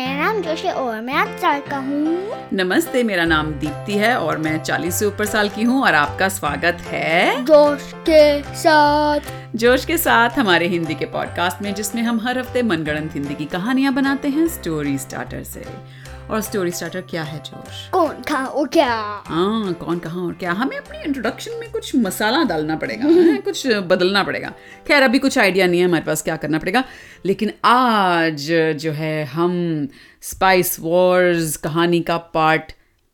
नमस्ते और मैं आठ साल का हूँ नमस्ते मेरा नाम दीप्ति है और मैं 40 से ऊपर साल की हूँ और आपका स्वागत है जोश के साथ जोश के साथ हमारे हिंदी के पॉडकास्ट में जिसमें हम हर हफ्ते मनगढ़ंत हिंदी की कहानियाँ बनाते हैं स्टोरी स्टार्टर से और स्टोरी स्टार्टर क्या है जोश कौन था वो क्या हाँ कौन कहाँ और क्या हमें अपने इंट्रोडक्शन में कुछ मसाला डालना पड़ेगा हैं? कुछ बदलना पड़ेगा खैर अभी कुछ आइडिया नहीं है हमारे पास क्या करना पड़ेगा लेकिन आज जो है हम स्पाइस वॉर्स कहानी का पार्ट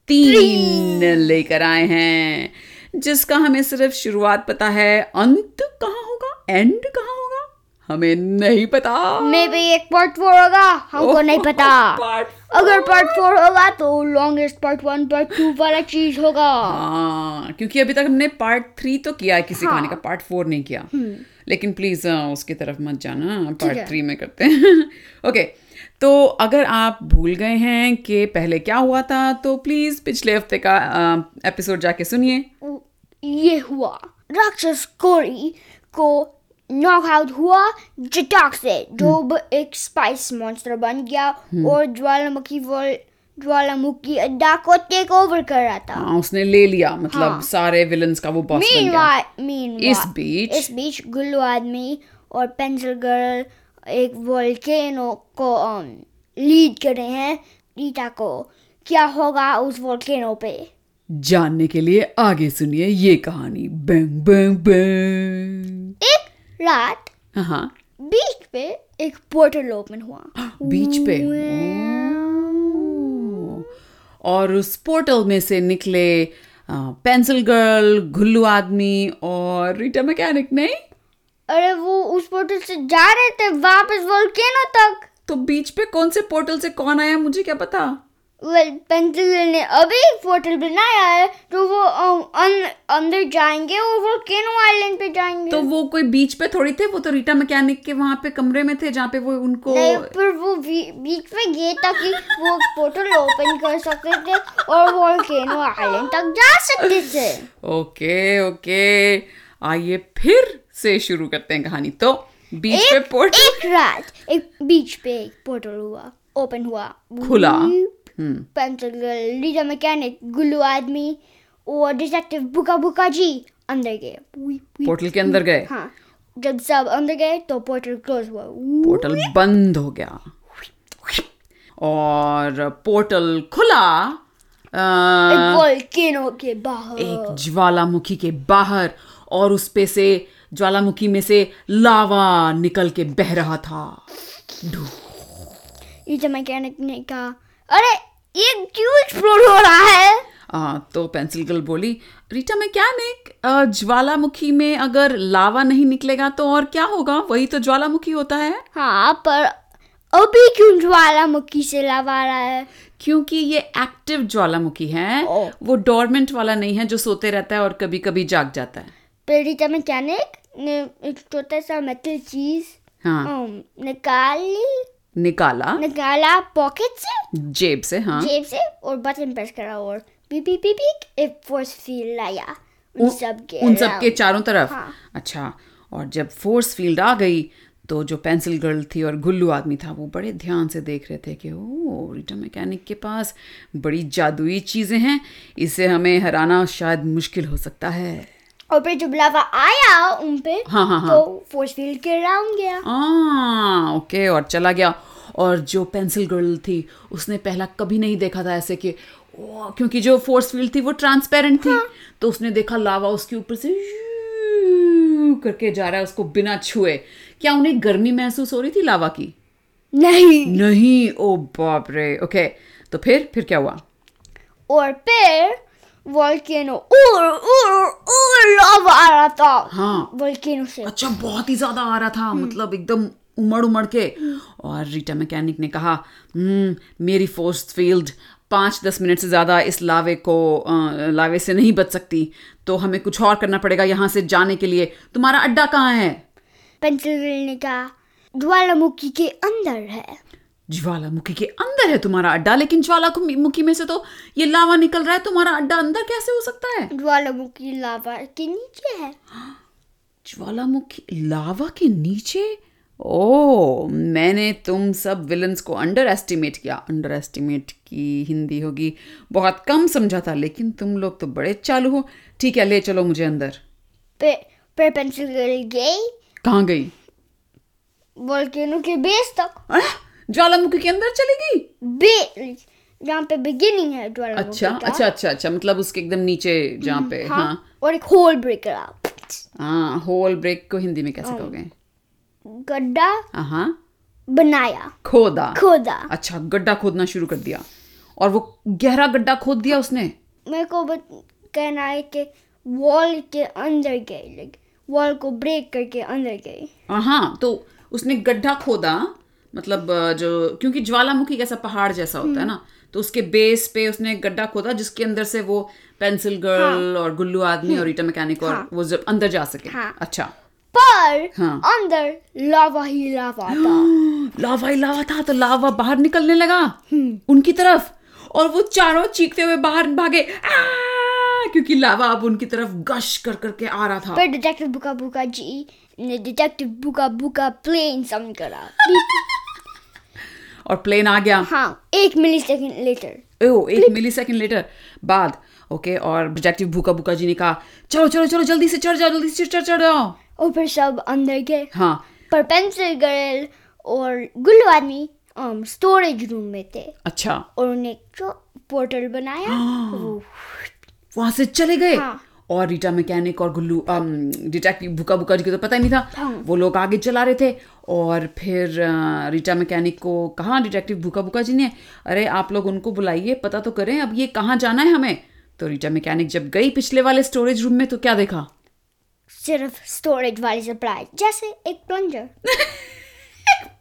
तीन लेकर आए हैं जिसका हमें सिर्फ शुरुआत पता है अंत कहाँ होगा एंड कहाँ होगा हमें नहीं पता मे भी एक पार्ट फोर होगा हमको नहीं पता पार्ट अगर पार्ट फोर होगा तो longest part one part two वाला चीज होगा हाँ क्योंकि अभी तक हमने पार्ट थ्री तो किया है किसी कहानी का पार्ट फोर नहीं किया लेकिन प्लीज उसकी तरफ मत जाना पार्ट थ्री में करते हैं ओके तो अगर आप भूल गए हैं कि पहले क्या हुआ था तो प्लीज पिछले हफ्ते का एपिसोड जाके सुनिए ये हुआ राक्षस कोरी को नॉकआउट हुआ जटाक से जो अब एक स्पाइस मॉन्स्टर बन गया और ज्वालामुखी वॉल- ज्वालामुखी अड्डा को टेक ओवर कर रहा था हाँ, उसने ले लिया मतलब सारे विलन्स का वो बॉस बन गया Meanwhile, meanwhile, इस बीच- इस बीच गुल्लू आदमी और पेंसिल गर्ल एक वोल्केनो को लीड कर रहे हैं रीटा को क्या होगा उस वोल्केनो पे जानने के लिए आगे सुनिए ये कहानी बैंग बैंग बैंग एक रात हाँ, हाँ बीच पे एक पोर्टल ओपन हुआ बीच पे ओह। और उस पोर्टल में से निकले अ, पेंसिल गर्ल घुल्लू आदमी और रीटा मैकेनिक नहीं अरे वो उस पोर्टल से जा रहे थे वापस वोल्केनो तक तो बीच पे कौन से पोर्टल से कौन आया मुझे क्या पता वेल पेंसिल ने अभी एक पोर्टल बनाया है तो वो अम, अन, अंदर जाएंगे और वोल्केनो आइलैंड पे जाएंगे तो वो कोई बीच पे थोड़ी थे वो तो रीटा मैकेनिक के वहां पे कमरे में थे जहाँ पे वो उनको नहीं पर वो बी- बीच में गए ताकि वो पोर्टल ओपन कर सकते थे और वोल्केनो आइलैंड तक जा सकते थे ओके ओके आइए फिर से शुरू करते हैं कहानी तो बीच पे पोर्टल एक रात एक बीच पे एक पोर्टल हुआ ओपन हुआ खुला। हम्म। पेंसिल लीजा मैकेनिक गुल्लू आदमी और डिटेक्टिव बुका बुका जी अंदर गए वी- वी- पोर्टल के अंदर गए हाँ जब सब अंदर गए तो पोर्टल क्लोज हुआ वी- पोर्टल बंद हो गया और पोर्टल खुला अ, एक वोल्केनो के बाहर एक ज्वालामुखी के बाहर और उस पे से ज्वालामुखी में से लावा निकल के बह रहा था नीचे मैकेनिक ने कहा अरे ये क्यों एक्सप्लोर हो रहा है आ, तो पेंसिल गर्ल बोली रीटा मैकेनिक अ, ज्वालामुखी में अगर लावा नहीं निकलेगा तो और क्या होगा वही तो ज्वालामुखी होता है हाँ पर अभी क्यों ज्वालामुखी से लावा आ रहा है क्योंकि ये एक्टिव ज्वालामुखी है ओ। वो डोरमेंट वाला नहीं है जो सोते रहता है और कभी कभी जाग जाता है फिर रीटा तो मैकेनिक ने एक छोटा सा मेटल चीज हाँ अम, निकाली निकाला निकाला पॉकेट से जेब से हाँ जेब से और बटन प्रेस करा और बीप बीप बीप बीप एक फोर्स फील्ड आया उन सब के उन सब के around। चारों तरफ हाँ। अच्छा और जब फोर्स फील्ड आ गई तो जो पेंसिल गर्ल थी और गुल्लू आदमी था वो बड़े ध्यान से देख रहे थे कि ओ रिटा मैकेनिक के पास बड़ी जादुई चीज़ें हैं इसे हमें हराना शायद मुश्किल हो सकता है और फिर जब लावा आया उन पे हाँ, हाँ, हाँ। तो फोर्स फील्ड के अराउंड गया आ, हाँ, ओके और चला गया और जो पेंसिल गर्ल थी उसने पहला कभी नहीं देखा था ऐसे कि ओ, क्योंकि जो फोर्स फील्ड थी वो ट्रांसपेरेंट थी तो उसने देखा लावा उसके ऊपर से यूं करके जा रहा है उसको बिना छुए क्या उन्हें गर्मी महसूस हो रही थी लावा की नहीं नहीं ओ बाप रे ओके तो फिर फिर क्या हुआ और फिर वोल्केनो और और और लावा आ रहा था हाँ। वोल्केनो से अच्छा बहुत ही ज्यादा आ रहा था मतलब एकदम उमड़ उमड़ के और रीटा मैकेनिक ने कहा "हम्म, मेरी फोर्स फील्ड पाँच दस मिनट से ज़्यादा इस लावे को अ, लावे से नहीं बच सकती तो हमें कुछ और करना पड़ेगा यहाँ से जाने के लिए तुम्हारा अड्डा कहाँ है पेंसिल ने कहा ज्वालामुखी के अंदर है ज्वालामुखी के अंदर है तुम्हारा अड्डा लेकिन ज्वालामुखी में से तो ये लावा निकल रहा है तुम्हारा अड्डा अंदर कैसे हो सकता है ज्वालामुखी लावा के नीचे है ज्वालामुखी लावा के नीचे ओ मैंने तुम सब विलन्स को अंडर एस्टिमेट किया अंडर एस्टिमेट की हिंदी होगी बहुत कम समझा था लेकिन तुम लोग तो बड़े चालू हो ठीक है ले चलो मुझे अंदर पे, पे पेंसिल गल गई कहाँ गई वोल्केनो के बेस तक अरे, ज्वालामुखी के अंदर चली गई बे जहाँ पे बिगिनिंग है ज्वालामुखी अच्छा का। अच्छा अच्छा अच्छा मतलब उसके एकदम नीचे जहाँ पे हाँ हाँ और एक होल ब्रेकर आप हाँ होल ब्रेक को हिंदी में कैसे कहोगे गड्ढा हाँ बनाया खोदा खोदा अच्छा गड्ढा खोदना शुरू कर दिया और वो गहरा गड्ढा खोद दिया उसने मेरे को बत, कहना है कि वॉल के अंदर गई लाइक वॉल को ब्रेक करके अंदर गई हाँ तो उसने गड्ढा खोदा मतलब अ, जो क्योंकि ज्वालामुखी कैसा पहाड़ जैसा होता है ना तो उसके बेस पे उसने गड्ढा खोदा जिसके अंदर से वो पेंसिल गर्ल और गुल्लू आदमी और ईटा मैकेनिक और वो जब अंदर जा सके हाँ। अच्छा पर हाँ। अंदर लावा ही लावा था लावा ही लावा था तो लावा बाहर निकलने लगा उनकी तरफ और वो चारों चीखते हुए बाहर भागे "आ!" क्योंकि लावा अब उनकी तरफ गश कर करके आ रहा था पर डिटेक्टिव बुका बुका जी ने detective Buka Buka plane sound करा और प्लेन आ गया हाँ एक मिली सेकेंड लेटर ओ एक मिली सेकेंड लेटर बाद ओके और डिटेक्टिव भूखा भूखा जी ने कहा चलो चलो चलो जल्दी से चढ़ जाओ जल्दी से चढ़ चढ़ जाओ और फिर सब अंदर गए हाँ पर पेंसिल गर्ल और गुल्लू आदमी स्टोरेज रूम में थे अच्छा और उन्हें जो पोर्टल बनाया वो वहां से चले गए हाँ। और रीटा मैकेनिक और गुल्लू अम, डिटेक्टिव भूखा भूखा जी को तो पता ही नहीं था वो लोग आगे चला रहे थे और फिर अ, रीटा मैकेनिक को कहा डिटेक्टिव भूखा भूखा जी ने अरे आप लोग उनको बुलाइए पता तो करें अब ये कहाँ जाना है हमें तो रीटा मैकेनिक जब गई पिछले वाले स्टोरेज रूम में तो क्या देखा सिर्फ स्टोरेज वाली सप्लाई जैसे एक प्लंजर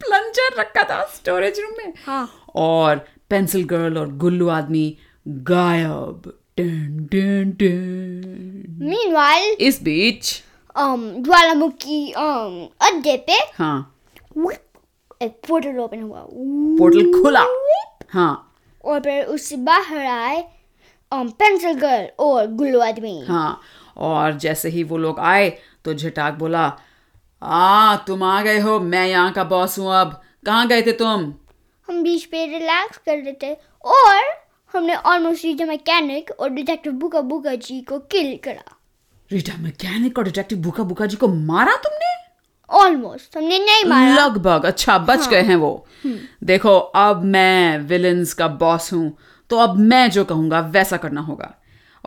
प्लंजर रखा था स्टोरेज रूम में हाँ। और पेंसिल गर्ल और गुल्लू आदमी गायब डन डन डन मीनवाइल इस बीच um ज्वालामुखी um अड्डे पे हाँ whip, एक पोर्टल ओपन हुआ पोर्टल खुला हाँ और फिर उससे बाहर आए um पेंसिल गर्ल और गुल्लू आदमी हाँ और जैसे ही वो लोग आए तो झटाक बोला आ तुम आ गए हो मैं यहाँ का बॉस हूँ अब कहाँ गए थे तुम हम बीच पे रिलैक्स कर रहे थे और हमने ऑलमोस्ट रीजन मैकेनिक और डिटेक्टिव बुका बुका जी को किल करा रीटा मैकेनिक और डिटेक्टिव भूखा भूखा जी को मारा तुमने ऑलमोस्ट हमने नहीं मारा लगभग अच्छा बच गए हैं वो देखो अब मैं विलन्स का बॉस हूँ तो अब मैं जो कहूंगा वैसा करना होगा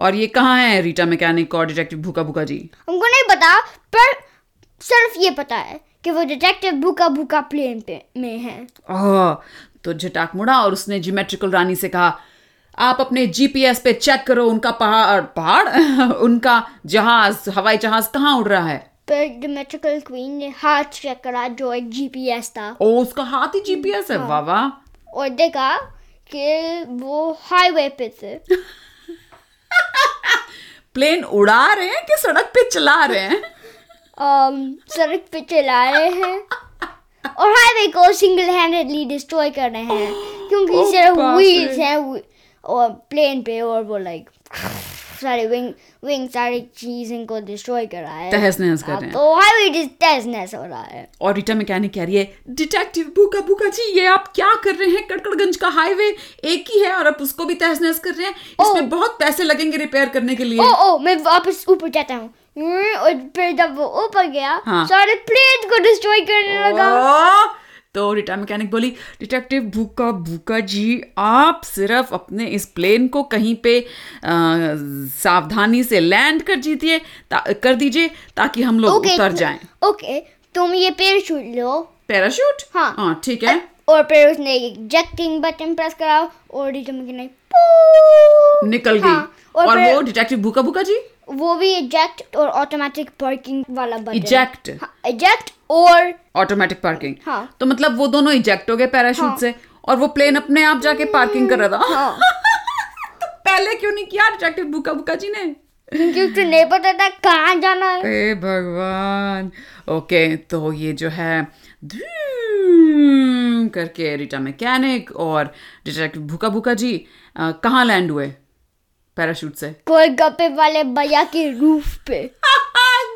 और ये कहाँ है रीटा मैकेनिक और डिटेक्टिव भूखा भूखा जी हमको नहीं पता पर सिर्फ ये पता है कि वो डिटेक्टिव बुका बुका प्लेन पे में है ओह तो झटाक मुड़ा और उसने जियोमेट्रिकल रानी से कहा आप अपने जीपीएस पे चेक करो उनका पहाड़ पहाड़ उनका जहाज हवाई जहाज कहाँ उड़ रहा है पर डिमेट्रिकल क्वीन ने हाथ चेक करा जो एक जीपीएस था ओ उसका हाथ ही जीपीएस है वाह वाह और देखा कि वो हाईवे पे थे प्लेन उड़ा रहे हैं कि सड़क पे चला रहे हैं um, सड़क पे चला रहे हैं और हाईवे को सिंगल हैंडेडली डिस्ट्रॉय कर रहे हैं क्योंकि ओ सिर्फ बाप व्हील्स रे। हैं whe- और प्लेन पे और वो लाइक सारे विंग विंग सारी चीज इनको डिस्ट्रॉय कर रहा है तहस नहस कर अब रहे हैं तो हाईवे डिस- तहस नहस हो रहा है और रिटा मैकेनिक कह रही है डिटेक्टिव भूखा भूखा जी ये आप क्या कर रहे हैं कड़कड़गंज का हाईवे एक ही है और आप उसको भी तहस नहस कर रहे हैं इसमें बहुत पैसे लगेंगे रिपेयर करने के लिए ओ ओ मैं वापस ऊपर जाता हूँ हम्म, और फिर जब वो ऊपर गया हाँ। सारे प्लेन को डिस्ट्रॉय करने लगा ओ, तो रिटा मैकेनिक बोली डिटेक्टिव भूखा भूखा जी आप सिर्फ अपने इस प्लेन को कहीं पे अ, सावधानी से लैंड कर जीतिए ता- कर दीजिए ताकि हम लोग ओके तो उतर जाएं ओके तो- तुम ये पैराशूट लो पैराशूट हाँ। हाँ ठीक है और फिर उसने एक जैकिंग बटन प्रेस करा और रिटर्न करने निकल गई हाँ, और और फिर- वो डिटेक्टिव भूखा भूखा जी वो भी इजेक्ट और ऑटोमेटिक पार्किंग वाला बटन इजेक्ट इजेक्ट और ऑटोमेटिक पार्किंग हाँ। तो मतलब वो दोनों इजेक्ट हो गए पैराशूट हाँ। हम्म। से और वो प्लेन अपने आप जाके पार्किंग कर रहा था हाँ, तो पहले क्यों नहीं किया डिटेक्टिव बुका बुका जी ने क्योंकि उसको नहीं पता था कहाँ जाना है ए भगवान ओके तो ये जो है धूम करके रिटा मैकेनिक और डिटेक्टिव भूखा भूखा जी अ, कहाँ लैंड हुए पैराशूट से कोई गप्पे वाले भैया के रूफ पे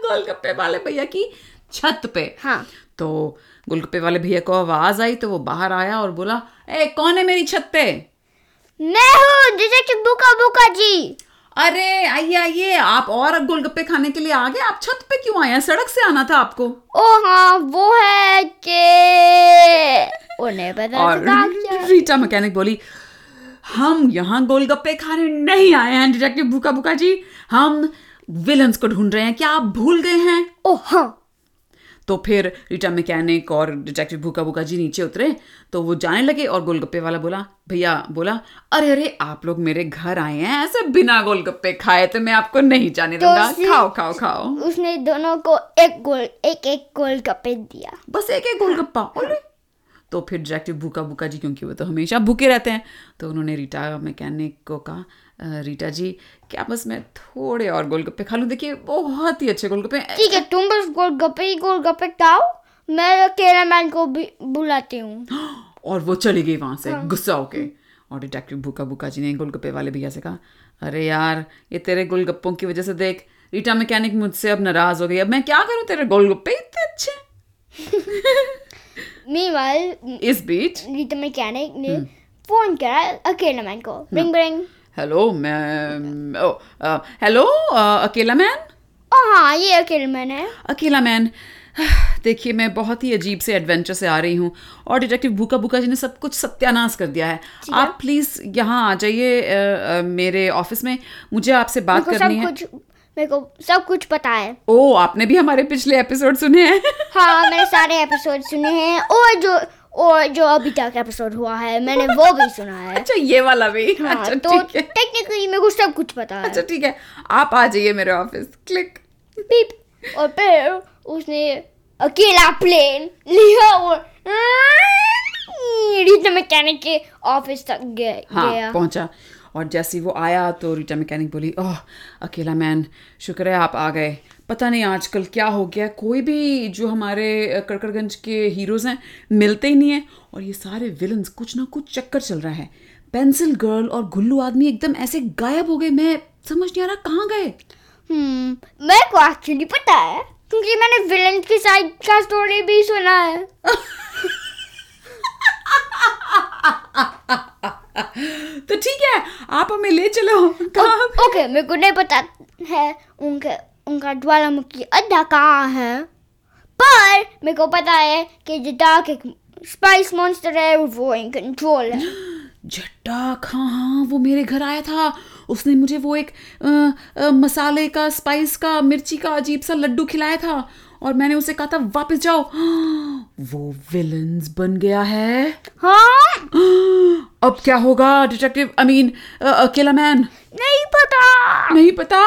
गोलगप्पे वाले भैया की छत पे हाँ तो गोलगप्पे वाले भैया को आवाज आई तो वो बाहर आया और बोला ए कौन है मेरी छत पे मैं हूँ डिटेक्टिव बुका बुका जी अरे आइए आइए आप और गोलगप्पे खाने के लिए आ गए आप छत पे क्यों आए हैं सड़क से आना था आपको ओ हाँ वो है के उन्हें पता और था तो क्या रीटा मैकेनिक बोली हम यहाँ गोलगप्पे खाने नहीं आए हैं डिटेक्टिव भूखा भूखा जी हम विलन्स को ढूंढ रहे हैं क्या आप भूल गए हैं ओ हाँ तो फिर रीटा मैकेनिक और डिटेक्टिव भूखा भूखा जी नीचे उतरे तो वो जाने लगे और गोलगप्पे वाला बोला भैया बोला अरे अरे आप लोग मेरे घर आए हैं ऐसे बिना गोलगप्पे खाए तो मैं आपको नहीं जाने तो दूंगा सिर्फ- खाओ खाओ खाओ उसने दोनों को एक गोल एक एक गोल कपे दिया बस एक एक गोलगप्पा ओले तो फिर डिटेक्टिव भूखा भूखा जी क्योंकि वो तो हमेशा भूखे रहते हैं तो उन्होंने रीटा मैकेनिक को कहा "अ, रीटा जी क्या बस मैं थोड़े और गोलगप्पे खा लूँ देखिए बहुत ही अच्छे गोलगप्पे हैं। ठीक है तुम बस गोल गप्पे ही गोल गप्पे खाओ मैं कैरामैन को भी बुलाती हूँ और वो चली गई वहाँ से गुस्सा होके और डिटेक्टिव भूखा भूखा जी ने गोलगप्पे वाले भैया से कहा अरे यार ये तेरे गोलगप्पों की वजह से देख रीटा मैकेनिक मुझसे अब नाराज़ हो गई अब मैं क्या करूँ तेरे गोलगप्पे इतने अच्छे हैं।" मीनवाइल इस बीच रीता मैकेनिक ने हम्म। फोन करा अकेलामैन हाँ। को रिंग रिंग हेलो मैं ओ, अ, हेलो अ, अकेला मैन ओ हाँ ये अकेलामैन है अकेला मैन देखिए मैं बहुत ही अजीब से एडवेंचर से आ रही हूँ और डिटेक्टिव भूखा भूखा जी ने सब कुछ सत्यानाश कर दिया है आप प्लीज़ यहाँ आ जाइए अ, अ, मेरे ऑफिस में मुझे आपसे बात मेरे को करनी सब है कुछ मेरे को सब कुछ पता है ओ आपने भी हमारे पिछले एपिसोड सुने हैं हाँ मैंने सारे एपिसोड सुने हैं और जो और जो अभी तक एपिसोड हुआ है मैंने वो भी सुना है अच्छा ये वाला भी हाँ, अच्छा तो ठीक है टेक्निकली मेरे को सब कुछ पता है अच्छा ठीक है आप आ जाइए मेरे ऑफिस क्लिक बीप और फिर उसने अकेला प्लेन लिया और रीता मैकेनिक के ऑफिस तक गए गया हाँ पहुंचा और जैसे ही वो आया तो रीटा मैकेनिक बोली ओह अकेला मैन शुक्र है आप आ गए पता नहीं आजकल क्या हो गया कोई भी जो हमारे अ, कड़कड़गंज के हीरोज हैं मिलते ही नहीं हैं और ये सारे विलन्स कुछ ना कुछ चक्कर चल रहा है पेंसिल गर्ल और गुल्लू आदमी एकदम ऐसे गायब हो गए मैं समझ नहीं आ रहा कहाँ गए हम्म मेरे को एक्चुअली पता है क्योंकि मैंने विलन की साइड का स्टोरी भी सुना है तो ठीक है आप हमें ले चलो कहाँ ओ- ओके मेरे को नहीं पता है उनके उनका ज्वालामुखी अड्डा कहाँ है पर मेरे को पता है कि जो डार्क एक स्पाइस मॉन्स्टर है वो इन कंट्रोल है जट्टाक हाँ हाँ वो मेरे घर आया था उसने मुझे वो एक अ, अ, मसाले का स्पाइस का मिर्ची का अजीब सा लड्डू खिलाया था और मैंने उसे कहा था वापस जाओ हाँ, वो विलन्स बन गया है हाँ हाँ, अब क्या होगा डिटेक्टिव आई मीन अकेला मैन नहीं पता नहीं पता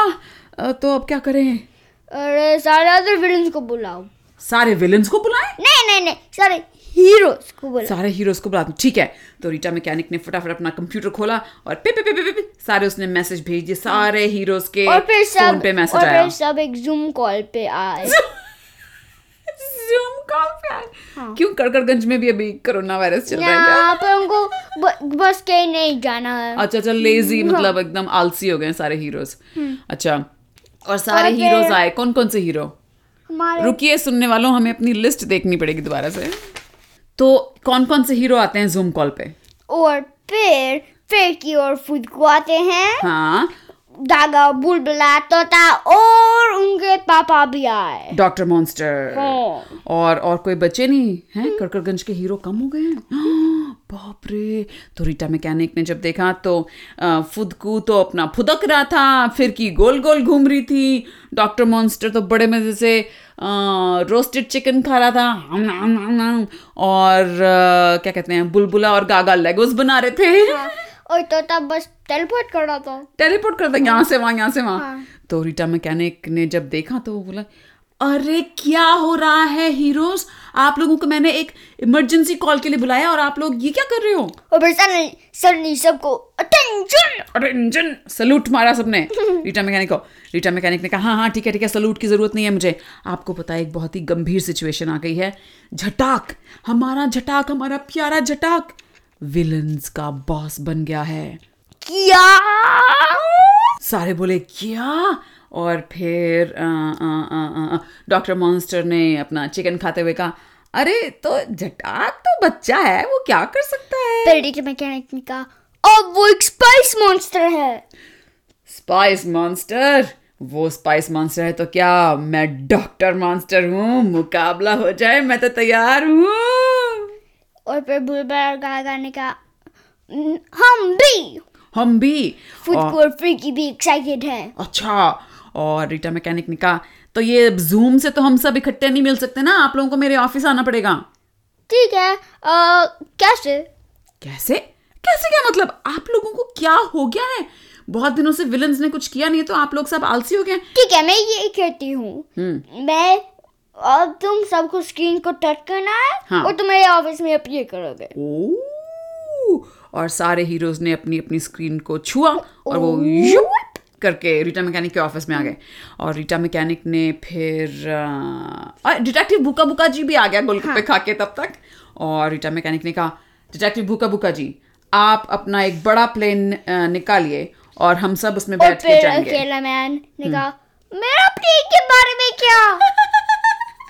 अ, तो अब क्या करें अरे सारे अदर विलन्स को बुलाओ सारे विलन्स को बुलाएं नहीं नहीं नहीं सारे हीरोज को बुलाओ सारे हीरोज को बुला दूं। ठीक है तो रीटा मैकेनिक ने फटाफट अपना कंप्यूटर खोला और पे पे पे पे, पे, पे सारे उसने मैसेज भेज दिए सारे हीरोज के और फिर फोन सब पे मैसेज और आया फिर सब एक जूम कॉल पे आए जूम कॉल पे आए क्यों कड़कड़गंज में भी अभी कोरोना वायरस चल रहा है क्या यहाँ पर उनको ब- बस कहीं नहीं जाना है अच्छा अच्छा लेजी मतलब एकदम आलसी हो गए हैं सारे हीरोज अच्छा और सारे और फिर- हीरोज आए कौन कौन से हीरो हमारे रुकिए सुनने वालों हमें अपनी लिस्ट देखनी पड़ेगी दोबारा से तो कौन कौन से हीरो आते हैं जूम कॉल पे और फिर फिर की ओर फूद को आते हैं हाँ धागा बुलबुला तोता और उनके पापा भी आए डॉक्टर मॉन्स्टर हाँ। और और कोई बचे नहीं हैं कड़कड़गंज के हीरो कम हो गए हैं बाप रे तो रीटा मैकेनिक ने जब देखा तो अ, फुदकू तो अपना फुदक रहा था फिर की गोल गोल घूम रही थी डॉक्टर मॉन्स्टर तो बड़े मज़े से रोस्टेड चिकन खा रहा था हम, हम, हम, हम। और अ, क्या कहते हैं बुलबुला और गागा लेगोस बना रहे हाँ। थे और तोता बस टेलीपोर्ट कर रहा था टेलीपोर्ट करता यहाँ से वहाँ यहाँ से वहाँ तो रीटा मैकेनिक ने जब देखा तो वो बोला अरे क्या हो रहा है हीरोज आप लोगों को मैंने एक इमरजेंसी कॉल के लिए बुलाया और आप लोग ये क्या कर रहे हो और फिर सडनली सडनली सबको अटेंशन अरे इंजन सल्यूट मारा सबने रीटा मैकेनिक को रीटा मैकेनिक ने कहा हाँ हाँ ठीक है ठीक है सल्यूट की ज़रूरत नहीं है मुझे आपको पता है एक बहुत ही गंभीर सिचुएशन आ गई है झटाक हमारा झटाक हमारा प्यारा झटाक विलन्स का बॉस बन गया है किया सारे बोले क्या और फिर डॉक्टर मॉन्स्टर ने अपना चिकन खाते हुए कहा अरे तो जटाक तो बच्चा है वो क्या कर सकता है प्रेडिक्टर मैकेनिक ने कहा अब वो एक स्पाइस मॉन्स्टर है स्पाइस मॉन्स्टर वो स्पाइस मॉन्स्टर है तो क्या मैं डॉक्टर मॉन्स्टर हूँ मुकाबला हो जाए मैं तो तैयार हूँ और फिर बुलबुला और गागा ने कहा "न- हम भी हम भी फूड और- कोर्ट फ्रीकी भी एक्साइटेड है अच्छा और रीटा मैकेनिक ने कहा तो ये जूम से तो हम सब इकट्ठे नहीं मिल सकते ना आप लोगों को मेरे ऑफिस आना पड़ेगा ठीक है अ, कैसे कैसे कैसे क्या मतलब आप लोगों को क्या हो गया है बहुत दिनों से विलन्स ने कुछ किया नहीं है, तो आप लोग सब आलसी हो गए हैं। ठीक है मैं ये कहती हूँ हम्म मैं अब तुम सबको स्क्रीन को टच करना है हाँ। और तुम मेरे ऑफिस में अपीयर करोगे ओ और सारे हीरोज ने अपनी अपनी स्क्रीन को छुआ और वो यूप करके रीटा मैकेनिक के ऑफिस में आ गए और रीटा मैकेनिक ने फिर अ, और डिटेक्टिव बुका बुका जी भी आ गया गोलगप्पे हाँ। खा के तब तक और रीटा मैकेनिक ने कहा डिटेक्टिव बुका बुका जी आप अपना एक बड़ा प्लेन अ, निकालिए और हम सब उसमें और बैठ के हम्म। फिर जाएंगे अकेला मैन ने कहा मेरा प्लेन के बारे में क्या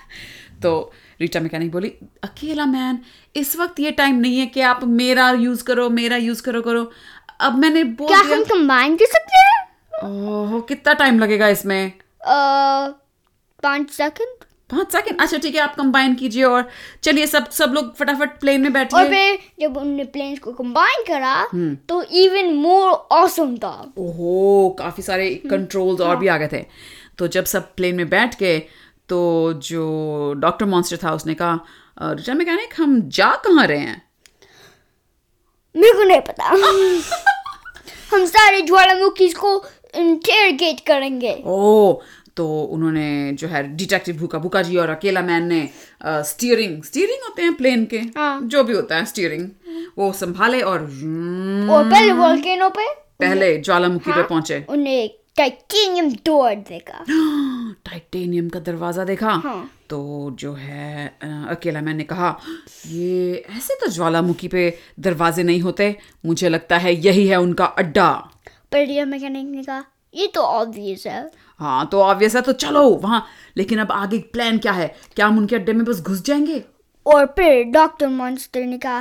तो रीटा मैकेनिक बोली अकेला मैन इस वक्त ये टाइम नहीं है कि आप मेरा यूज करो मेरा यूज करो करो अब मैंने बोल क्या दिया हम कंबाइन कर सकते हैं ओह कितना टाइम लगेगा इसमें अ, पाँच सेकंड पाँच सेकंड अच्छा ठीक है आप कंबाइन कीजिए और चलिए सब सब लोग फटाफट प्लेन में और बैठिए फिर जब उनने प्लेन्स को कंबाइन करा हम्म। तो इवन मोर ऑसम था ओहो काफी सारे हम्म। कंट्रोल्स और भी आ गए थे तो जब सब प्लेन में बैठ गए तो जो डॉक्टर मॉन्स्टर था उसने कहा रिटा मैकेनिक हम जा कहाँ रहे हैं मेरे को नहीं पता हम सारे ज्वालामुखी को इंटरगेट करेंगे ओ तो उन्होंने जो है डिटेक्टिव भूखा भूखा जी और अकेला मैन ने स्टीयरिंग स्टीयरिंग होते हैं प्लेन के हाँ। जो भी होता है स्टीयरिंग वो संभाले और रूम, और पहले वॉल्केनो पे हम्म। पहले ज्वालामुखी पे हाँ। पहुंचे उन्हें एक टाइटेनियम डोर देखा टाइटेनियम का दरवाजा देखा हाँ। तो जो है अ, अकेला मैंने कहा ये ऐसे तो ज्वालामुखी पे दरवाजे नहीं होते मुझे लगता है यही है उनका अड्डा पर रिया मैकेनिक ने कहा ये तो ऑब्वियस है हाँ तो ऑब्वियस है तो चलो वहाँ लेकिन अब आगे प्लान क्या है क्या हम उनके अड्डे में बस घुस जाएंगे और फिर डॉक्टर मॉन्स्टर ने कहा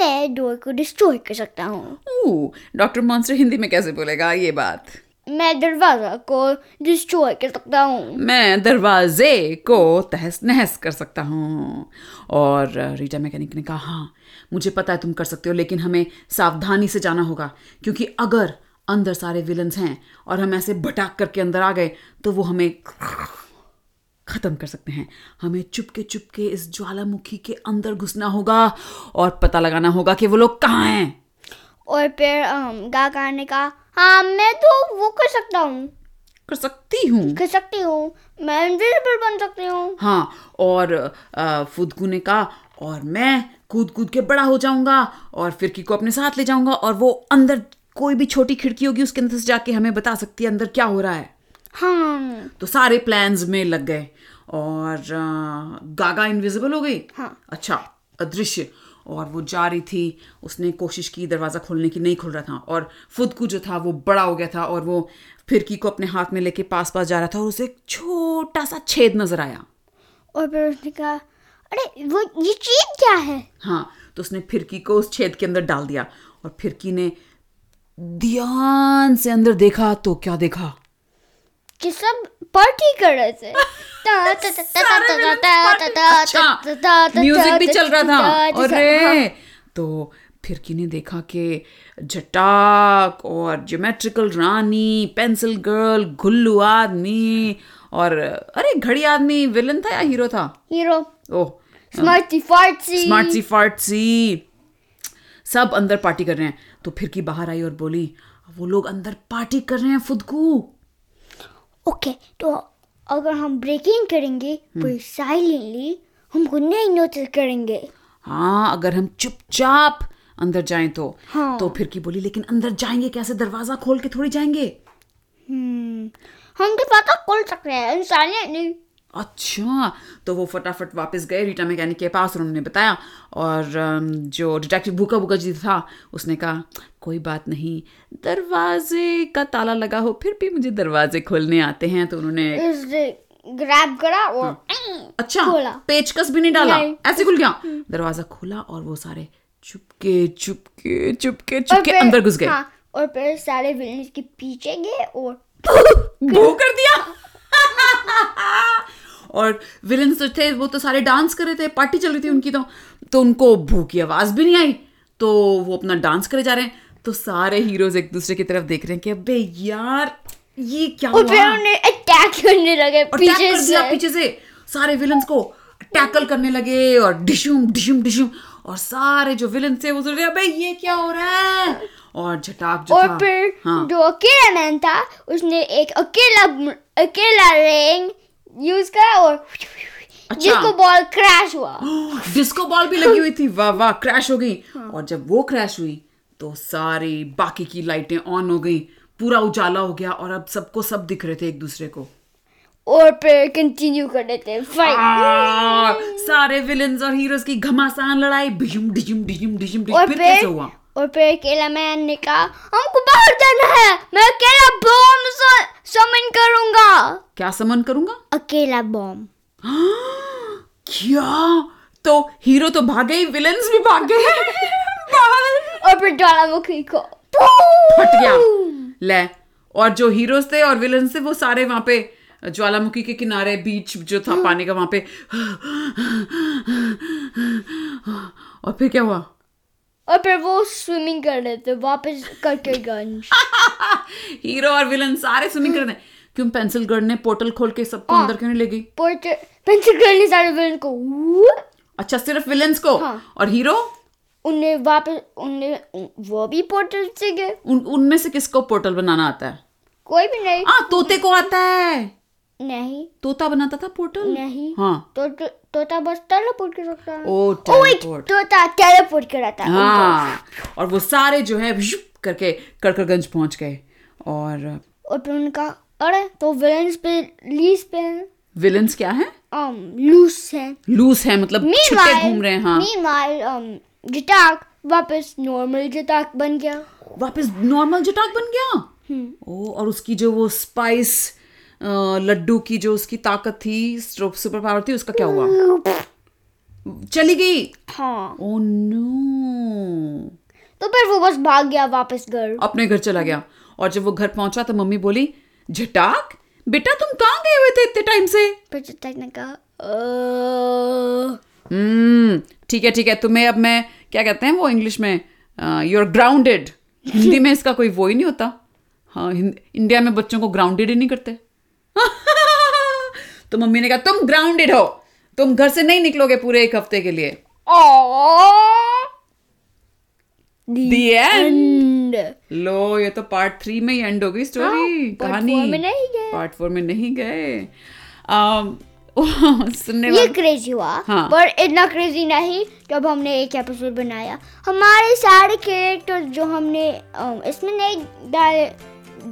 मैं डोर को डिस्ट्रॉय कर सकता हूँ ओह डॉक्टर मॉन्स्टर हिंदी में कैसे बोलेगा ये बात मैं दरवाजा को डिस्ट्रॉय कर सकता हूँ मैं दरवाजे को तहस नहस कर सकता हूँ और अ, रीटा मैकेनिक ने कहा हाँ मुझे पता है तुम कर सकते हो लेकिन हमें सावधानी से जाना होगा क्योंकि अगर अंदर सारे विलन्स हैं और हम ऐसे भटाक करके अंदर आ गए तो वो हमें खत्म कर सकते हैं हमें चुपके चुपके इस ज्वालामुखी के अंदर घुसना होगा और पता लगाना होगा कि वो लोग कहाँ हैं और फिर अम, गागा ने कहा हाँ मैं तो वो कर सकता हूँ कर सकती हूँ कर सकती हूँ मैं इनविजिबल बन सकती हूँ हाँ और अ, फुदकू ने कहा और मैं कूद कूद के बड़ा हो जाऊंगा और फिरकी को अपने साथ ले जाऊंगा और वो अंदर कोई भी छोटी खिड़की होगी उसके अंदर से जाके हमें बता सकती है अंदर क्या हो रहा है हाँ तो सारे प्लान्स में लग गए और अ, गागा इनविजिबल हो गई हाँ। अच्छा अदृश्य और वो जा रही थी उसने कोशिश की दरवाज़ा खोलने की नहीं खुल रहा था और फुदकू जो था वो बड़ा हो गया था और वो फिरकी को अपने हाथ में लेके पास पास जा रहा था और उसे एक छोटा सा छेद नजर आया और फिर उसने कहा अरे वो ये चीज क्या है हाँ तो उसने फिरकी को उस छेद के अंदर डाल दिया और फिरकी ने ध्यान से अंदर देखा तो क्या देखा कि सब पार्टी कर रहे थे अच्छा, म्यूजिक भी चल रहा था हाँ, अरे तो फिरकी ने देखा कि जटाक और ज्योमेट्रिकल रानी पेंसिल गर्ल घुल्लू आदमी और अरे घड़ी आदमी विलन था या हीरो था हीरो ओह स्मार्टी फार्टी स्मार्ट सी फार्ट सी सब अंदर पार्टी कर रहे हैं तो फिरकी बाहर आई और बोली वो लोग अंदर पार्टी कर रहे हैं फुदकू ओके तो अगर हम ब्रेकिंग करेंगे हम्म। फिर साइलेंटली हमको नहीं नोटिस करेंगे हाँ अगर हम चुपचाप अंदर जाएं तो हाँ। तो फिरकी बोली लेकिन अंदर जाएंगे कैसे दरवाजा खोल के थोड़ी जाएंगे हम्म हम तो पता खोल सकते हैं साइलेंटली अच्छा तो वो फटाफट वापस गए रीटा मैकेनिक के पास और उन्होंने बताया और अम, जो डिटेक्टिव भूखा भूखा जी था उसने कहा कोई बात नहीं दरवाजे का ताला लगा हो फिर भी मुझे दरवाजे खोलने आते हैं तो उन्होंने उसने ग्रैब करा और अच्छा खोला। पेचकस भी नहीं डाला नहीं। हम्म। ऐसे खुल गया दरवाजा खोला और वो सारे चुपके चुपके चुपके और चुपके फिर- अंदर घुस गए हाँ, और फिर सारे विलेज के पीछे गए और भू कर दिया और विलन जो थे वो तो सारे डांस कर रहे थे पार्टी चल रही थी उनकी तो तो उनको भू की आवाज भी नहीं आई तो वो अपना डांस करे जा रहे हैं तो सारे हीरोज एक दूसरे की तरफ देख रहे हैं कि अबे यार ये क्या और फिर हुआ उन्हें अटैक करने लगे और टैप पीछे कर दिया से पीछे से सारे विलन्स को टैकल करने लगे और डिशुम डिशुम डिशुम और सारे जो विलन थे वो सोच रहे अबे ये क्या हो रहा है और झटाक जो था और फिर हाँ जो अकेला मैन था उसने एक अकेला अकेला रिंग यूज करा और अच्छा। जिसको बॉल क्रैश हुआ डिस्को बॉल भी लगी हुई थी वाह वाह क्रैश हो गई हाँ। और जब वो क्रैश हुई तो सारी बाकी की लाइटें ऑन हो गई पूरा उजाला हो गया और अब सबको सब दिख रहे थे एक दूसरे को और फिर कंटिन्यू कर देते फाइट आ, सारे विलन्स और हीरोज की घमासान लड़ाई डिजुम डिजुम डिजुम डिजुम और फिर फिर कैसे हुआ और फिर अकेला मैन ने कहा हमको बाहर जाना है मैं अकेला बॉम्ब समन करूंगा क्या समन करूंगा अकेला बॉम्ब क्या तो हीरो तो भागे ही विलन्स भी भागे बाहर और फिर ज्वालामुखी को फट गया ले और जो हीरोज थे और विलन्स थे वो सारे वहां पे ज्वालामुखी के किनारे बीच जो था पानी का वहां पे और फिर क्या हुआ और फिर वो स्विमिंग कर रहे थे वापस करकेगंज हीरो और विलन सारे स्विमिंग कर रहे हैं। क्यों पेंसिल गर्ल ने पोर्टल खोल के सबको अंदर क्यों नहीं ले गई पोर्टर पेंसिल गर्ल ने सारे विलन को whoop, अच्छा सिर्फ विलन्स को हाँ। और हीरो उन्हें वापस उन्हें उन- वो भी पोर्टल से गए उन उनमें से किसको पोर्टल बनाना आता है कोई भी नहीं हाँ तोते को आता है नहीं तोता बनाता था पोर्टल नहीं हाँ तो, तो तोता बस टेलीपोर्ट कर सकता है ओ, ओ wait, teleport. तोता टेलीपोर्ट कर रहा था उनको। हाँ और वो सारे जो है व्युप करके कड़कड़गंज पहुंच गए और और फिर उनका अरे तो विलन्स पे लीज पे हैं विलन्स क्या है um लूस हैं लूज है मतलब छुट्टे घूम रहे हैं हाँ मीनवाइल um जटाक वापस नॉर्मल जटाक बन गया वापस नॉर्मल जटाक बन गया हम्म। ओ और उसकी जो वो स्पाइस लड्डू की जो उसकी ताकत थी सुपर पावर थी उसका क्या हुआ Mm. चली गई Oh, हाँ ओ नो तो फिर वो बस भाग गया वापस घर अपने घर चला गया और जब वो घर पहुंचा तो मम्मी बोली जटाक बेटा तुम कहाँ गए हुए थे इतने टाइम से फिर जटाक ने कहा "अ, हम्म ठीक है ठीक है तुम्हें अब मैं क्या कहते हैं वो इंग्लिश में यू आर ग्राउंडेड हिंदी में इसका कोई वो ही नहीं होता हाँ हिंद- इंडिया में बच्चों को ग्राउंडेड ही नहीं करते तो मम्मी ने कहा तुम ग्राउंडेड हो तुम घर से नहीं निकलोगे पूरे एक हफ्ते के लिए "Aw." The end. एंड लो ये तो पार्ट थ्री में ही एंड हो गई स्टोरी हाँ, part कहानी four में नहीं गए। पार्ट फोर में नहीं गए अम, सुनने ये वाले क्रेजी हुआ हाँ। पर इतना क्रेजी नहीं जब हमने एक एपिसोड बनाया हमारे सारे कैरेक्टर जो हमने अम, इसमें नहीं डाले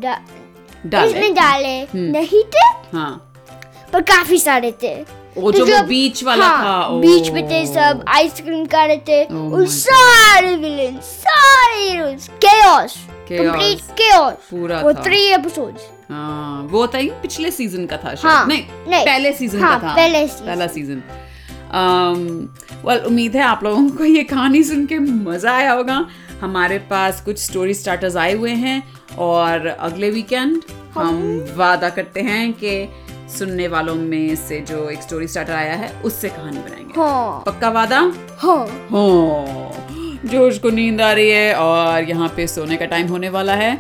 डा, डाले हम्म. इसमें डाले नहीं थे हाँ पर काफी सारे थे वो तो जो वो जब- बीच वाला हाँ, था ओ। बीच में थे सब आइसक्रीम खा रहे थे Oh my और God. सारे विलेन सारे heroes chaos Chaos. Complete chaos पूरा वो था। थ्री एपिसोड्स हाँ वो था ही पिछले सीजन का था शायद हाँ, नहीं, नहीं, पहले सीजन हाँ, का था पहले सीजन। पहला सीजन वेल उम्मीद है आप लोगों को ये कहानी सुन के मज़ा आया होगा हमारे पास कुछ स्टोरी स्टार्टर्स आए हुए हैं और अगले वीकेंड हम वादा करते हैं कि सुनने वालों में से जो एक स्टोरी स्टार्टर आया है उससे कहानी बनाएंगे हाँ पक्का वादा हाँ हाँ जोश को नींद आ रही है और यहाँ पे सोने का टाइम होने वाला है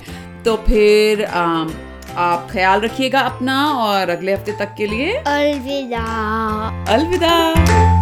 तो फिर आम, आप ख्याल रखिएगा अपना और अगले हफ्ते तक के लिए अलविदा अलविदा